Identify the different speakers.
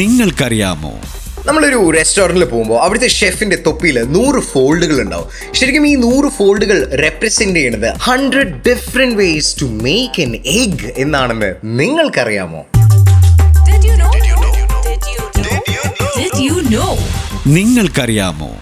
Speaker 1: നിങ്ങൾക്കറിയാമോ
Speaker 2: നമ്മളൊരു റെസ്റ്റോറൻറ്റിൽ പോകുമ്പോൾ അവിടുത്തെ ഷെഫിൻ്റെ തൊപ്പിയിൽ നൂറ് ഫോൾഡുകൾ ഉണ്ടാവും ശരിക്കും ഈ നൂറ് ഫോൾഡുകൾ റെപ്രസെൻ്റ് ചെയ്യണത് hundred different ways to make an egg എന്നാണെന്ന് നിങ്ങൾക്കറിയാമോ
Speaker 3: Did you know? Did you know? Did you know? Did you know?
Speaker 1: നിങ്ങൾക്കറിയാമോ